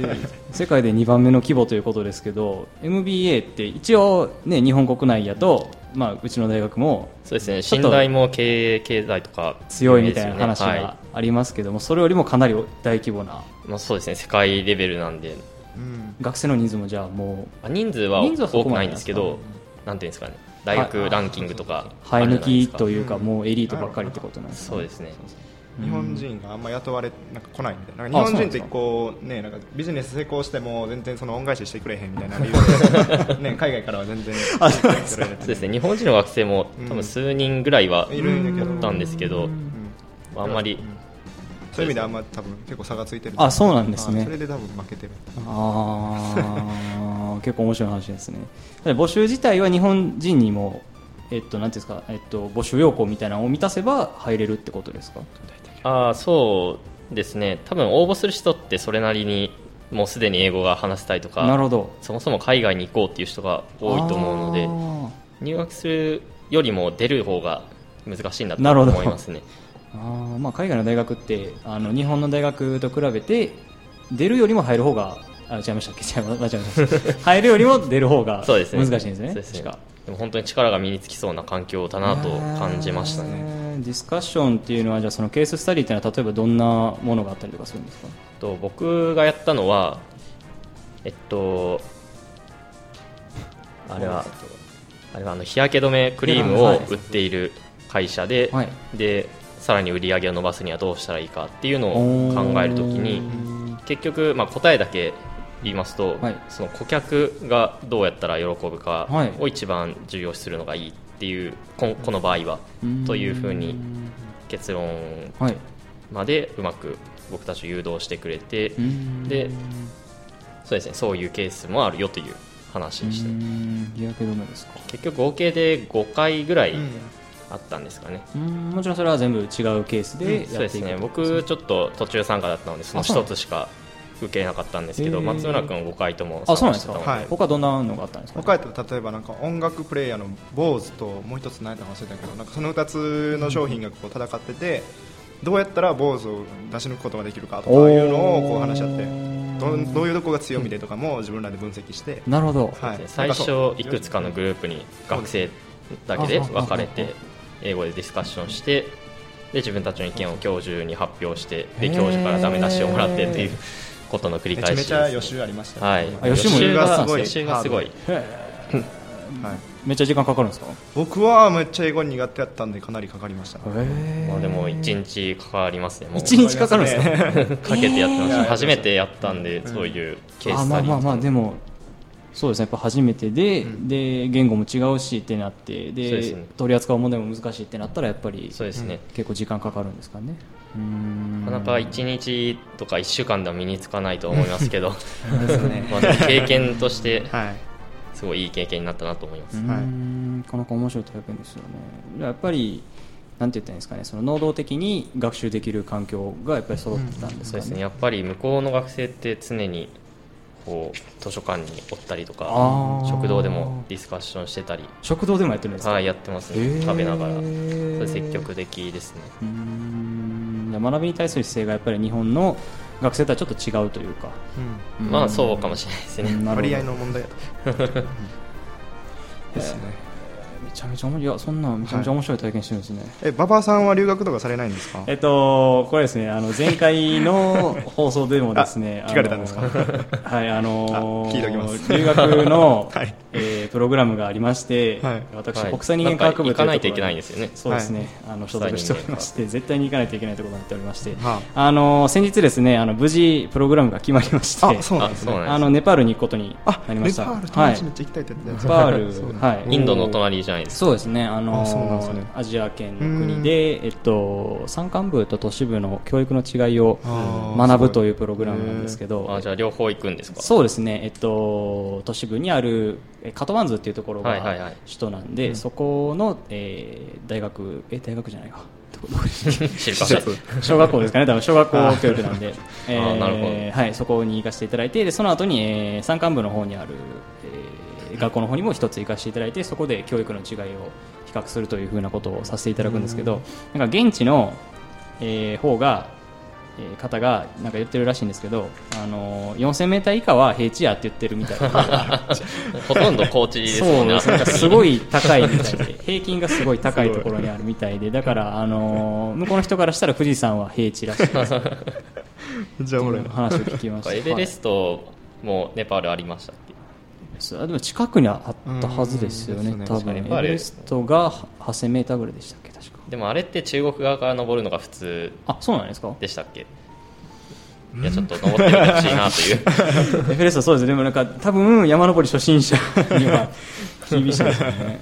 [SPEAKER 1] ー世界で2番目の規模ということですけど MBA って一応、ね、日本国内やと、まあ、うちの大学も
[SPEAKER 4] たそうですね
[SPEAKER 1] ちょっ
[SPEAKER 4] 信
[SPEAKER 1] と
[SPEAKER 4] 頼も経営経済とか
[SPEAKER 1] 強いみたいな話
[SPEAKER 4] 有名ですよねは
[SPEAKER 1] がありますけども、それよりもかなり大規模ない
[SPEAKER 4] まあ、そうですね世界レベルなんで
[SPEAKER 3] うん
[SPEAKER 1] 学生の人数もじゃあも
[SPEAKER 4] まあ人数は
[SPEAKER 1] 人数はそ
[SPEAKER 4] 多
[SPEAKER 1] こ
[SPEAKER 4] く
[SPEAKER 1] まで
[SPEAKER 4] ないんですけ
[SPEAKER 1] なん
[SPEAKER 4] ど
[SPEAKER 1] で
[SPEAKER 4] なんていうんですかね大
[SPEAKER 1] は
[SPEAKER 4] 学
[SPEAKER 1] い
[SPEAKER 4] ランキングとか
[SPEAKER 1] う生え抜きと
[SPEAKER 4] う
[SPEAKER 1] いうか
[SPEAKER 3] うん
[SPEAKER 1] もうエリートばっかりってことなんですね
[SPEAKER 4] そうですね
[SPEAKER 1] うん
[SPEAKER 3] 日本人があんま雇われなんか来ないみたいななん
[SPEAKER 1] あ
[SPEAKER 3] か
[SPEAKER 1] そ
[SPEAKER 3] 日
[SPEAKER 1] う
[SPEAKER 3] 本
[SPEAKER 1] なん
[SPEAKER 3] 人
[SPEAKER 1] で
[SPEAKER 3] っ
[SPEAKER 1] す
[SPEAKER 3] て
[SPEAKER 1] か
[SPEAKER 3] こうねなんかビジネス成功しても全然その恩返ししてくれへんみたいな理由でね海外からは全然
[SPEAKER 1] あそうなんで
[SPEAKER 4] そうですね日本人の学生も多分数人ぐらいは
[SPEAKER 3] うんいるんやけど
[SPEAKER 4] おったんですけど
[SPEAKER 3] うん
[SPEAKER 4] まああんまり
[SPEAKER 3] うんそういう意味であんま多分結構差がついてる
[SPEAKER 1] あそうなんですね
[SPEAKER 3] あそれで多分負けてる
[SPEAKER 1] あー結構面白い話ですねただ募集自体は日本人にもえっとなんていうんですか、えっと、募集要項みたいなのを満たせば入れるってことですか
[SPEAKER 4] ああそうですね多分応募する人ってそれなりにもうすでに英語が話せたりとか
[SPEAKER 1] なるほど
[SPEAKER 4] そもそも海外に行こうっていう人が多いと思うので入学するよりも出る方が難しいんだと
[SPEAKER 1] なるほど
[SPEAKER 4] 思いますね
[SPEAKER 1] あーあーまあ、海外の大学ってあの日本の大学と比べて出るよりも入る方があ違いましたっけ違いま間違えました [LAUGHS] 入るよりも出る方が
[SPEAKER 4] そう
[SPEAKER 1] 難
[SPEAKER 4] です
[SPEAKER 1] しい
[SPEAKER 4] ね
[SPEAKER 1] んですね
[SPEAKER 4] そうですね
[SPEAKER 1] 確か
[SPEAKER 4] でも本当に力が身につきそうな環境だなと感じましたね
[SPEAKER 1] えーディスカッションっていうのはじゃあそのケーススタディっていうのは例えばどんなものがあったりとかするんですか
[SPEAKER 4] と僕がやったのはえっとあれはあれはあの日焼け止めクリームを売っている会社で、
[SPEAKER 1] はい
[SPEAKER 4] でさらに売り上げを伸ばすにはどうしたらいいかっていうのを考えるときに結局、まあ、答えだけ言いますと、
[SPEAKER 1] はい
[SPEAKER 4] その顧客がどうやったら喜ぶか
[SPEAKER 1] はい
[SPEAKER 4] を一番重要視するのがいいっていうこんこの場合はというふうに結論
[SPEAKER 1] はい
[SPEAKER 4] までうまく僕たちを誘導してくれてでそうですねそういうケースもあるよという話でした
[SPEAKER 1] うん日焼け止めですか
[SPEAKER 4] 結局合計で5回ぐらい
[SPEAKER 3] うん
[SPEAKER 4] あったんですかね、
[SPEAKER 1] うんもちろんそれは全部違うケースでやっていく
[SPEAKER 4] そうですね
[SPEAKER 1] ってこと
[SPEAKER 4] 僕ちょっと途中参加だったのでその
[SPEAKER 1] あそうな
[SPEAKER 4] 一
[SPEAKER 1] ん
[SPEAKER 4] つしか受けなかったんですけ
[SPEAKER 1] へ
[SPEAKER 4] ど
[SPEAKER 1] ー
[SPEAKER 4] 松村君5回とも
[SPEAKER 1] あそう
[SPEAKER 4] 参
[SPEAKER 1] なんで
[SPEAKER 4] 加し
[SPEAKER 1] す
[SPEAKER 4] て
[SPEAKER 1] か、
[SPEAKER 4] たので
[SPEAKER 3] はい
[SPEAKER 1] 他どんなのがあったんですか
[SPEAKER 3] 他やったら例えばなんか音楽プレイヤーの BOSE ともう一つ何やったか忘れたけどなんかその2つの商品がこう戦っててどうやったら BOSE を出し抜くことができるかとかいうのをこう話し合ってどんどういうとこが強みでとかも自分らで分析して、
[SPEAKER 1] なるほど。
[SPEAKER 3] はい、
[SPEAKER 4] 最
[SPEAKER 3] なん
[SPEAKER 4] 初
[SPEAKER 3] かそう
[SPEAKER 4] いくつかのグループに学生だけで分かれて英語でディスカッションしてで自分たちの意見を教授に発表してで教授からダメ出しをもらってって
[SPEAKER 3] [LAUGHS]
[SPEAKER 4] いうことの繰り
[SPEAKER 3] めちゃ
[SPEAKER 4] 返し
[SPEAKER 3] め
[SPEAKER 4] で
[SPEAKER 3] ちゃ
[SPEAKER 4] す
[SPEAKER 3] 予習ありました、
[SPEAKER 4] はい
[SPEAKER 1] あ予習も
[SPEAKER 4] がすごい
[SPEAKER 3] 予
[SPEAKER 4] 予
[SPEAKER 3] 習
[SPEAKER 4] 習
[SPEAKER 3] が
[SPEAKER 4] が
[SPEAKER 3] す
[SPEAKER 4] す
[SPEAKER 3] ご
[SPEAKER 4] ご
[SPEAKER 3] い
[SPEAKER 4] い
[SPEAKER 3] はい
[SPEAKER 1] めっちゃ時間かかるんですか。
[SPEAKER 3] 僕はめっちゃ英語苦手だったんでかなりかかりました、
[SPEAKER 4] まあでも1日かかりますねもう
[SPEAKER 1] 一日かかるんですか。
[SPEAKER 4] かけてやってま
[SPEAKER 3] [LAUGHS]
[SPEAKER 4] し
[SPEAKER 3] えー
[SPEAKER 4] た初めてやったんでそういうケー
[SPEAKER 1] あ
[SPEAKER 4] ス
[SPEAKER 1] ま
[SPEAKER 4] タ
[SPEAKER 1] あ
[SPEAKER 4] デ
[SPEAKER 1] まあま
[SPEAKER 4] ィ
[SPEAKER 1] あでもそうですねやっぱ初めてで、で言語も違うしってなって
[SPEAKER 4] そう
[SPEAKER 1] で
[SPEAKER 4] ですね
[SPEAKER 1] 取り扱う問題も難しいってなったらやっぱり
[SPEAKER 4] そうですね
[SPEAKER 1] 結構時間かかるんですかねうーん
[SPEAKER 4] なかなか1日とか1週間では身につかないと思いますけど
[SPEAKER 3] ですよね
[SPEAKER 4] [LAUGHS] まあでも経験として
[SPEAKER 3] はい
[SPEAKER 4] すごいいい経験になったなと思います
[SPEAKER 1] うーんなかなか面白い体験ですよねじゃあやっぱりなんて言ったらいいんですかねその能動的に学習できる環境がやっぱり揃ってたんです
[SPEAKER 4] そ
[SPEAKER 1] か
[SPEAKER 4] うで
[SPEAKER 1] ね,、
[SPEAKER 4] すねやっぱり向こうの学生って常にこう図書館におったりと
[SPEAKER 1] あ
[SPEAKER 4] か
[SPEAKER 1] ー
[SPEAKER 4] 食堂でもディスカッションしてたり
[SPEAKER 1] 食堂でもやってるんですか、
[SPEAKER 4] はいやってます
[SPEAKER 1] へ
[SPEAKER 4] ね
[SPEAKER 1] ー
[SPEAKER 4] 食べながらそれ積極的ですね
[SPEAKER 1] うーんじゃあ学びに対する姿勢がやっぱり日本の学生とはちょっと違うというか
[SPEAKER 4] まあそうかもしれないですね
[SPEAKER 1] なるほ
[SPEAKER 3] 割
[SPEAKER 1] ど
[SPEAKER 3] 合の問題だと
[SPEAKER 4] [LAUGHS]
[SPEAKER 3] ですね
[SPEAKER 1] めちゃめちゃ面白いいやそんなんめちゃめちゃ面白い体験してるんですね、
[SPEAKER 3] え馬場さんは留学とかされないんですか
[SPEAKER 1] えっと、これですね、あの前回の放送でもですね、
[SPEAKER 3] [LAUGHS] あ聞かれたんですか
[SPEAKER 1] あのはい、あの
[SPEAKER 3] あ聞いておきます
[SPEAKER 1] 留学
[SPEAKER 3] [LAUGHS]
[SPEAKER 1] の、
[SPEAKER 3] はい
[SPEAKER 1] えープログラムがありまして、
[SPEAKER 3] はい
[SPEAKER 1] 私、
[SPEAKER 4] はい
[SPEAKER 1] 国際人間科学部
[SPEAKER 4] なんか行かないとい
[SPEAKER 1] こ
[SPEAKER 4] け
[SPEAKER 1] ろ
[SPEAKER 4] ないん
[SPEAKER 1] に
[SPEAKER 4] ですよね
[SPEAKER 1] そうですね、あの所属しておりまして、絶対に行かないといけないところになっておりまして、
[SPEAKER 3] は
[SPEAKER 1] あの先日ですね、あの無事プログラムが決まりまして、
[SPEAKER 3] あそうなん
[SPEAKER 4] あ
[SPEAKER 3] です
[SPEAKER 4] そう
[SPEAKER 3] ね
[SPEAKER 4] な
[SPEAKER 1] あ
[SPEAKER 4] んで
[SPEAKER 1] のネパールに行くことに
[SPEAKER 3] あ
[SPEAKER 1] なりました。
[SPEAKER 3] ネパール友
[SPEAKER 1] はい
[SPEAKER 3] 達めっちゃ行きたいって言って
[SPEAKER 1] ネ
[SPEAKER 3] た
[SPEAKER 1] パ
[SPEAKER 3] やつ
[SPEAKER 1] ール、は
[SPEAKER 4] す
[SPEAKER 1] い、
[SPEAKER 4] インドの隣じゃないですか
[SPEAKER 1] そうですね、あの
[SPEAKER 3] あそうなんですね
[SPEAKER 1] アジア圏の国で、えっと、山間部と都市部の教育の違いを
[SPEAKER 3] あー
[SPEAKER 1] 学ぶ
[SPEAKER 3] すご
[SPEAKER 1] と
[SPEAKER 3] い
[SPEAKER 1] いうプログラムなんですけど
[SPEAKER 4] あじ、ゃあ両方行くんですか
[SPEAKER 1] そうですね、えっと、都市部にあるえカトマンズっていうところ
[SPEAKER 4] はいはいは
[SPEAKER 1] が
[SPEAKER 4] い
[SPEAKER 1] 首都なんで、そこの、えー大学、え大学じゃないか。どこどこでしたっけ
[SPEAKER 4] 知るかない
[SPEAKER 1] [LAUGHS] 小学校ですかね、多分小学校教育なんで、えー
[SPEAKER 4] なるほ
[SPEAKER 1] はい、そこに行かせていただいて、でその後に、えー山間部の方にある、えー学校の方にも一つ行かせていただいて、そこで教育の違いを比較するというふうなことをさせていただくんですけど、なんか現地の、えー方が、えー方がなんか言ってるらしいんですけど、あのー、4000メーター以下は平地やって言ってるみたい
[SPEAKER 4] [LAUGHS]
[SPEAKER 1] な。
[SPEAKER 4] ほとんど高知です
[SPEAKER 1] そ
[SPEAKER 4] も
[SPEAKER 1] うん
[SPEAKER 4] ね
[SPEAKER 1] です
[SPEAKER 4] あ
[SPEAKER 1] なんかすごい高いみたいで平均がすごい高いところにあるみたいでだから、あのー向こうの人からしたら富士山は平地らしいですって
[SPEAKER 3] じゃあ
[SPEAKER 1] い
[SPEAKER 3] 俺
[SPEAKER 1] [LAUGHS] う話を聞きまし
[SPEAKER 4] そ
[SPEAKER 1] た
[SPEAKER 4] うエベレストもネパールありましたっけ
[SPEAKER 1] そうでも近くにあったはずですよね
[SPEAKER 3] うん
[SPEAKER 1] 多
[SPEAKER 4] そう
[SPEAKER 1] 分
[SPEAKER 4] で
[SPEAKER 1] エ
[SPEAKER 4] すね
[SPEAKER 1] ベレストが 8000m ぐらいでしたっけ確か
[SPEAKER 4] でもあれって中国側から登るのが普通
[SPEAKER 1] あそうなんですか
[SPEAKER 4] でしたっけいやちょっと登ってほしいなという
[SPEAKER 1] [LAUGHS] エベレストそうですねでもなんか多分山登り初心者に [LAUGHS] は厳しいですよね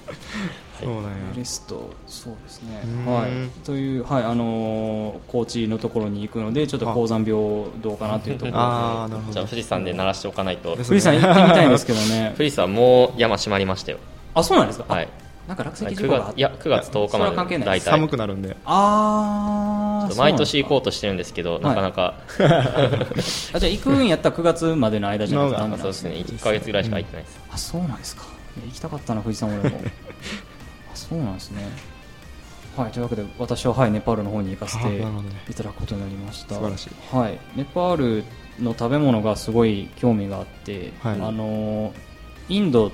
[SPEAKER 3] そうなんや
[SPEAKER 1] エベレストそうですね
[SPEAKER 3] うん
[SPEAKER 1] はいというはいあのー高知のところに行くのでちょっと高山病どうかなというところで
[SPEAKER 3] ああなるほ
[SPEAKER 4] じゃあ
[SPEAKER 3] ど
[SPEAKER 4] 富士山で鳴らしておかないと
[SPEAKER 3] です
[SPEAKER 1] 富士山行ってみたいんです [LAUGHS] けどね
[SPEAKER 4] 富士山もう山閉まりましたよ
[SPEAKER 1] あそうなんですか
[SPEAKER 4] はい
[SPEAKER 1] あなんか落石事
[SPEAKER 4] 9
[SPEAKER 1] 故があっ
[SPEAKER 4] 月いや9月10日ま
[SPEAKER 1] それは関係な
[SPEAKER 4] で
[SPEAKER 1] い
[SPEAKER 4] 大
[SPEAKER 1] です
[SPEAKER 4] 体
[SPEAKER 3] 寒くなるんで
[SPEAKER 1] あーそうなん
[SPEAKER 4] 毎
[SPEAKER 1] ですか
[SPEAKER 4] 年行こうとしてるんですけどなかなか
[SPEAKER 1] あじゃあ行くんやったら9月までの間じゃないとダメ
[SPEAKER 4] あ
[SPEAKER 1] な
[SPEAKER 4] そ
[SPEAKER 1] ん
[SPEAKER 4] うですね1ヶ月ぐらいしか行ってないです
[SPEAKER 1] あそうなんですかいや行きたかったな富士山
[SPEAKER 3] [LAUGHS]
[SPEAKER 1] 俺もあそうなんですねはいというわけで私ははいネパールの方に行かせ
[SPEAKER 3] あ
[SPEAKER 1] て
[SPEAKER 3] なるほどね
[SPEAKER 1] いただくことになりました
[SPEAKER 3] 素晴らしい
[SPEAKER 1] はいネパールの食べ物がすごい興味があって、
[SPEAKER 3] はい
[SPEAKER 1] あのーインド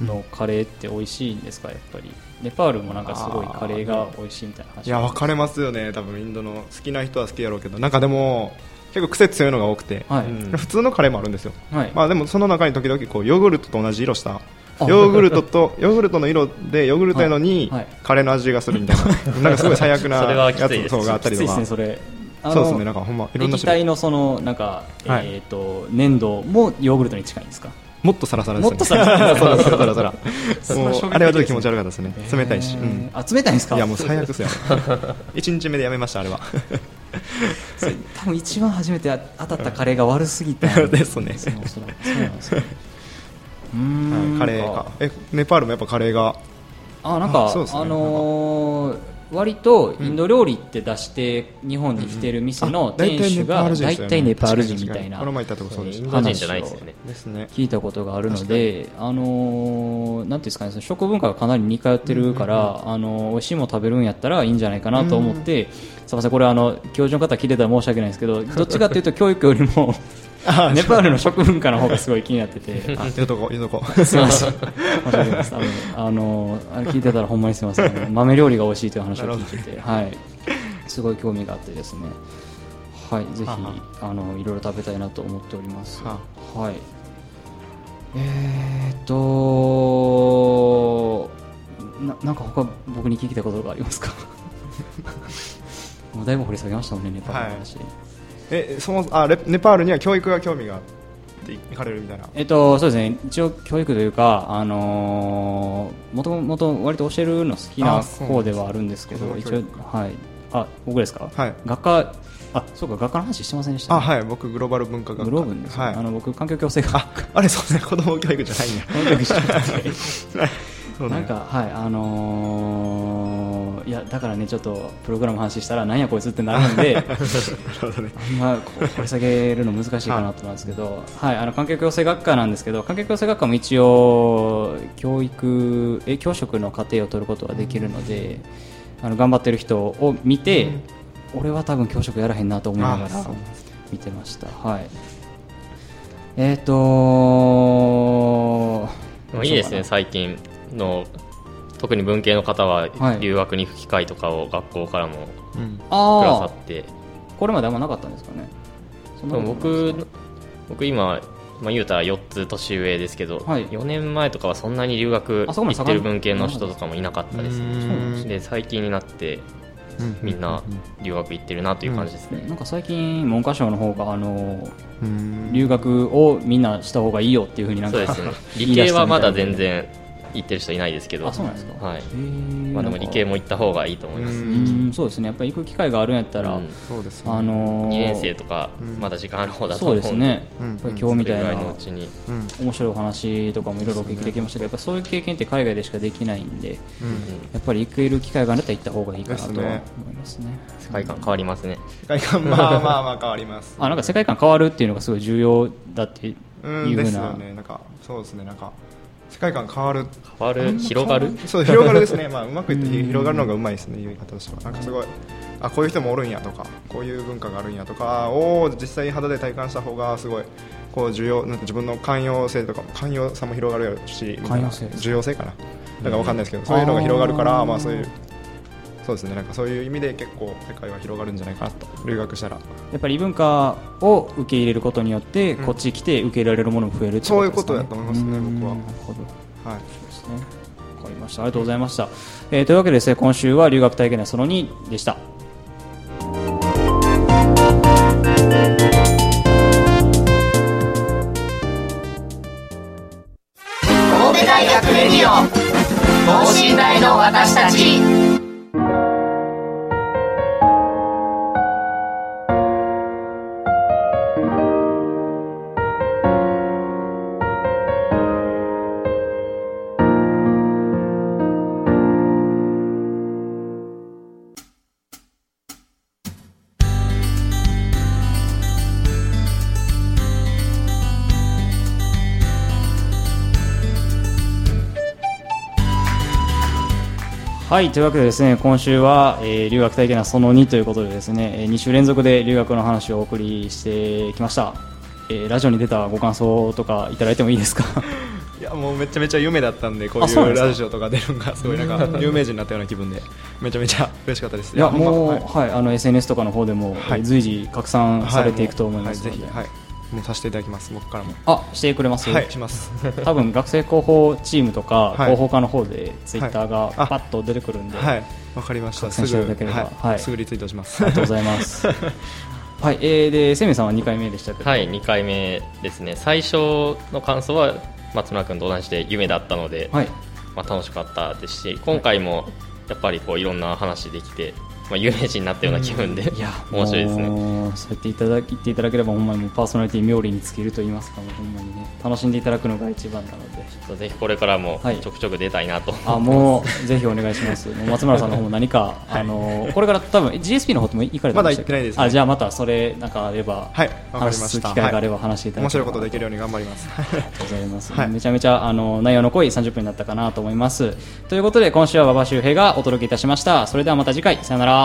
[SPEAKER 1] のカレーって美味しいんですかやっぱりネパールもなんかすごいカレーが美味しいみたいな話
[SPEAKER 3] いや分かれますよね多分インドの好きな人は好きやろうけどなんかでも結構癖強いのが多くて、
[SPEAKER 1] はい
[SPEAKER 3] うん普通のカレーもあるんですよ、
[SPEAKER 1] はい
[SPEAKER 3] まあ、でもその中に時々こうヨーグルトと同じ色した
[SPEAKER 1] あ
[SPEAKER 3] ヨーグルトとヨーグルトの色でヨーグルトやのに
[SPEAKER 1] はいはい
[SPEAKER 3] カレーの味がするみたいな、なんかすごい最悪な
[SPEAKER 4] それ
[SPEAKER 3] や
[SPEAKER 4] はきついです
[SPEAKER 3] つそうがあった
[SPEAKER 1] き
[SPEAKER 3] り
[SPEAKER 1] つい
[SPEAKER 3] と
[SPEAKER 1] で
[SPEAKER 3] か
[SPEAKER 1] すねそれあの
[SPEAKER 3] そうですねなんかほんまいろんな
[SPEAKER 1] 液
[SPEAKER 3] 種類
[SPEAKER 1] 体のそのなんか、
[SPEAKER 3] はい
[SPEAKER 1] えっ、と粘土もヨーグルトに近いんですか
[SPEAKER 3] もっとサラサラですよ
[SPEAKER 1] も
[SPEAKER 3] ね
[SPEAKER 1] っとサラサラ
[SPEAKER 3] そうそうそうサラ
[SPEAKER 1] そ
[SPEAKER 3] サ
[SPEAKER 1] れ
[SPEAKER 3] ラ
[SPEAKER 1] は衝撃的ですね
[SPEAKER 3] もうあれはちょっと気持ち悪かったですね冷たいし、
[SPEAKER 1] え
[SPEAKER 3] う
[SPEAKER 1] ー
[SPEAKER 3] ん
[SPEAKER 1] あ冷たいんですか
[SPEAKER 3] いやもう最悪で
[SPEAKER 1] [LAUGHS]
[SPEAKER 3] すよ一日目でやめましたあれは
[SPEAKER 1] 多分一番初めて当たったカレーが悪すぎた
[SPEAKER 3] ですね
[SPEAKER 1] そうおそらくそうなんですようーん
[SPEAKER 3] カレーかえネパールもやっぱカレーが
[SPEAKER 1] あなんか
[SPEAKER 3] あ
[SPEAKER 1] あ
[SPEAKER 3] そうですね
[SPEAKER 1] のー割とインド料理って出して日本に来てる店の店主が大体ネパール人みたいな
[SPEAKER 3] この前行ったとこそうで
[SPEAKER 4] イ
[SPEAKER 3] す
[SPEAKER 4] ンド人じゃないですよね
[SPEAKER 3] ですね
[SPEAKER 1] 聞いたことがあるので、あのーなんていうんですかね、その食文化がかなり似通ってるから、あのー美味しいもの食べるんやったらいいんじゃないかなと思 [LAUGHS] って、すみません、これあの教授の方聞いてたら申し訳ないんですけど、どっちかというと教育よりも
[SPEAKER 3] あ
[SPEAKER 1] ネパールの食文化の方がすごい気になってて [LAUGHS]
[SPEAKER 3] あ言うとこ言うとこ [LAUGHS]
[SPEAKER 1] すみません申し訳ないですあのあのあの聞いてたらほんまにすみませんあ [LAUGHS] の豆料理が美味しいという話を聞いてて、はい、すごい興味があってですねはいぜひ
[SPEAKER 3] はは
[SPEAKER 1] あのいろいろ食べたいなと思っております
[SPEAKER 3] は
[SPEAKER 1] はいえー、っとななんか他僕に聞きたいことがありますか [LAUGHS] もうだいぶ掘り下げましたもんねネパールの話、
[SPEAKER 3] えそもあレネパールには教育が興味があって行かれるみたいな
[SPEAKER 1] えっと、そうですね一応教育というか、あのーもともと割と教えるの好きな
[SPEAKER 3] あそう
[SPEAKER 1] 方ではあるんですけど
[SPEAKER 3] 子供
[SPEAKER 1] 一
[SPEAKER 3] 教
[SPEAKER 1] 応
[SPEAKER 3] 育、
[SPEAKER 1] はい、あ僕ですか、
[SPEAKER 3] はい
[SPEAKER 1] 学科あそうか学科の話してませんでした、
[SPEAKER 3] あはい僕グローバル文化学科
[SPEAKER 1] グローブンですね、
[SPEAKER 3] はい
[SPEAKER 1] あの僕環境共生学
[SPEAKER 3] ああれそうですね子供教育じゃ
[SPEAKER 1] [LAUGHS]
[SPEAKER 3] ないんや
[SPEAKER 1] 環境教育しなくて
[SPEAKER 3] そう
[SPEAKER 1] な
[SPEAKER 3] ね
[SPEAKER 1] んかはいあのーいやだからねちょっとプログラムの話したらなんやこいつってなるんで
[SPEAKER 3] [LAUGHS] なるほどね
[SPEAKER 1] あんまこう掘り下げるの難しいかなと思うんですけ
[SPEAKER 3] [LAUGHS]
[SPEAKER 1] ど、はい、あの環境共生学科なんですけど環境共生学科も一応教育え教職の課程を取ることができるので、あの頑張ってる人を見て、俺は多分教職やらへんなと思いなが
[SPEAKER 3] あ
[SPEAKER 1] ら
[SPEAKER 3] そう
[SPEAKER 1] 見てました。はいえっ、ー、と
[SPEAKER 4] まあいいですね最近の特に文系の方は
[SPEAKER 1] はい
[SPEAKER 4] 留学に行く機会とかを学校からも
[SPEAKER 3] うん
[SPEAKER 4] く
[SPEAKER 1] あ
[SPEAKER 4] ださ
[SPEAKER 1] あ
[SPEAKER 4] って
[SPEAKER 1] これまであんまなかったんですかねそん
[SPEAKER 4] で
[SPEAKER 1] なこ
[SPEAKER 4] も
[SPEAKER 1] とない
[SPEAKER 4] 僕僕今、まあ、言うたら4つ年上ですけど、
[SPEAKER 1] はい
[SPEAKER 4] 4年前とかはそんなに留学
[SPEAKER 1] あそこまで
[SPEAKER 4] 行って
[SPEAKER 1] 盛ん
[SPEAKER 4] る文系の人とかもいなかったですね
[SPEAKER 3] うん
[SPEAKER 4] で最近になってみんな留学行ってるなという感じですね、
[SPEAKER 1] なんか最近文科省の方があの
[SPEAKER 3] うん
[SPEAKER 1] 留学をみんなした方がいいよっていうふうになん
[SPEAKER 4] そう
[SPEAKER 1] か
[SPEAKER 4] で
[SPEAKER 1] [LAUGHS]
[SPEAKER 4] すね
[SPEAKER 1] 言
[SPEAKER 4] 理
[SPEAKER 1] い出
[SPEAKER 4] 系
[SPEAKER 1] した
[SPEAKER 4] は
[SPEAKER 1] みた
[SPEAKER 4] ま
[SPEAKER 1] いな
[SPEAKER 4] だ
[SPEAKER 1] んで
[SPEAKER 4] 全然行ってる人いないですけど
[SPEAKER 1] あそうなんですか
[SPEAKER 4] はい
[SPEAKER 1] へー
[SPEAKER 4] まあ、でも
[SPEAKER 1] なん
[SPEAKER 4] 理
[SPEAKER 1] か
[SPEAKER 4] 系も行った方がいいと思います、
[SPEAKER 3] う
[SPEAKER 4] うん
[SPEAKER 1] うんんそうですねやっぱり行く機会があるんやったら、
[SPEAKER 3] そうですね
[SPEAKER 1] あのー
[SPEAKER 4] 2年生とか
[SPEAKER 3] うん
[SPEAKER 4] まだ時間ある方だと
[SPEAKER 1] そ
[SPEAKER 4] 思
[SPEAKER 1] う
[SPEAKER 4] う
[SPEAKER 1] で
[SPEAKER 4] ん
[SPEAKER 1] すね、
[SPEAKER 3] うん
[SPEAKER 1] やっぱり今日み
[SPEAKER 4] そ
[SPEAKER 1] た
[SPEAKER 4] れ
[SPEAKER 1] い
[SPEAKER 4] ぐら
[SPEAKER 1] ない
[SPEAKER 4] のうちに
[SPEAKER 3] うん
[SPEAKER 1] 面白いお話とかもいろいろお聞きできましたけどやっぱそういう経験って海外でしかできないんで
[SPEAKER 3] うん
[SPEAKER 1] やっぱり行ける機会があるんだったら行った方がいいかなと
[SPEAKER 3] です
[SPEAKER 1] は
[SPEAKER 3] ね
[SPEAKER 1] 思いますね
[SPEAKER 4] 世界観変わりますね
[SPEAKER 3] 外 [LAUGHS] 観まあまあまあ変わります
[SPEAKER 1] あなんか世界観変わるっていうのがすごい重要だっていうふ
[SPEAKER 3] うんで
[SPEAKER 1] う
[SPEAKER 3] す
[SPEAKER 1] な、
[SPEAKER 3] よねなんかそうですねなんか世界観変わる
[SPEAKER 4] 変わる広がる
[SPEAKER 3] そう広がるで
[SPEAKER 1] [LAUGHS]
[SPEAKER 3] すねまあうまくいって広がるのがうまいですね言い方としてはなんかすごいあこういう人もおるんやとかこういう文化があるんやとかを実際肌で体感した方がすごいこう重要なんか自分の寛容性とかも寛容さも広がるやろし
[SPEAKER 1] 寛容性ですか
[SPEAKER 3] 重要性かななんかわかんないですけど、そういうのが広がるから
[SPEAKER 1] あー
[SPEAKER 3] まあそういうそうですねなんかそういう意味で結構世界は広がるんじゃないかなと留学したら
[SPEAKER 1] やっぱり異文化を受け入れることによって、
[SPEAKER 3] うん
[SPEAKER 1] こっち来て受け入れられるものも増えるってことですか、ね、
[SPEAKER 3] そういうことだと思いますね僕は
[SPEAKER 1] うんなるほど
[SPEAKER 3] はい
[SPEAKER 1] ですね。わかりました。ありがとうございました。えーというわけでですね、今週は留学体験談その2でした。
[SPEAKER 2] 神戸大学レディオ等身大の私たち
[SPEAKER 1] はい、というわけでですね、今週は、えー留学体験談その2ということでですね、え2週連続で留学の話をお送りしてきました。えーラジオに出たご感想とかいただいてもいいですか
[SPEAKER 3] いやもうめちゃめちゃ夢だったんでこう
[SPEAKER 1] あそうないん
[SPEAKER 3] う
[SPEAKER 1] ですか
[SPEAKER 3] ラジオとか出るのがすごいなんか有名人になったような気分でめちゃめちゃ嬉しかったです
[SPEAKER 1] いや、
[SPEAKER 3] ほんま
[SPEAKER 1] もう、
[SPEAKER 3] [LAUGHS] はい
[SPEAKER 1] はい、あの、SNS とかの方でも、
[SPEAKER 3] はい
[SPEAKER 1] えー随時拡散されていくと思います
[SPEAKER 3] は
[SPEAKER 1] の
[SPEAKER 3] い
[SPEAKER 1] で、
[SPEAKER 3] もうはいぜひはいもうさせていただきます僕からも
[SPEAKER 1] あ、してくれます、
[SPEAKER 3] はいします [LAUGHS]
[SPEAKER 1] 多分学生広報チームとか、
[SPEAKER 3] はい
[SPEAKER 1] 広報課の方でツイッターが
[SPEAKER 3] あ
[SPEAKER 1] パッと出てくるんで、
[SPEAKER 3] はいわかりました
[SPEAKER 1] 拡散
[SPEAKER 3] す
[SPEAKER 1] してい
[SPEAKER 3] ぐ
[SPEAKER 1] ただければ
[SPEAKER 3] は
[SPEAKER 1] はい
[SPEAKER 3] いすぐリツイートします
[SPEAKER 1] ありがとうございます。
[SPEAKER 3] [LAUGHS]
[SPEAKER 1] はい、えー、で、せめさんは2回目でしたけど、
[SPEAKER 4] はい2回目ですね最初の感想は松村君と同じで夢だったので、
[SPEAKER 1] はい、
[SPEAKER 4] まあ、楽しかったですし今回もやっぱりこういろんな話できて、まあ、有名人になったような気分で、
[SPEAKER 1] いや
[SPEAKER 4] [LAUGHS] 面白いですね
[SPEAKER 1] もうそうやっていただき言っていただければほんまにもうパーソナリティ妙利に尽きると言いますかもうほんまにね楽しんでいただくのが一番なので
[SPEAKER 4] ちょっとぜひこれからも
[SPEAKER 1] はい
[SPEAKER 4] ちょくちょく出たいなと、
[SPEAKER 1] あもうぜひお願いしますもう松村さんの方も何か、あのこれから多分 GSP の方とも行かれて
[SPEAKER 3] まだ
[SPEAKER 1] した
[SPEAKER 3] 行ってないですね
[SPEAKER 1] あじゃあまたそれなんかあれば、
[SPEAKER 3] はいわかりま
[SPEAKER 1] 話
[SPEAKER 3] した
[SPEAKER 1] す機会があれば話していただ
[SPEAKER 3] [LAUGHS] 面
[SPEAKER 1] けれ
[SPEAKER 3] 白い
[SPEAKER 1] ば
[SPEAKER 3] ことできるように頑張ります
[SPEAKER 1] ありがとうございます、
[SPEAKER 3] はい
[SPEAKER 1] めちゃめちゃあの内容の濃い30分になったかなと思いますということで今週は馬場周平がお届けいたしましたそれではまた次回さよなら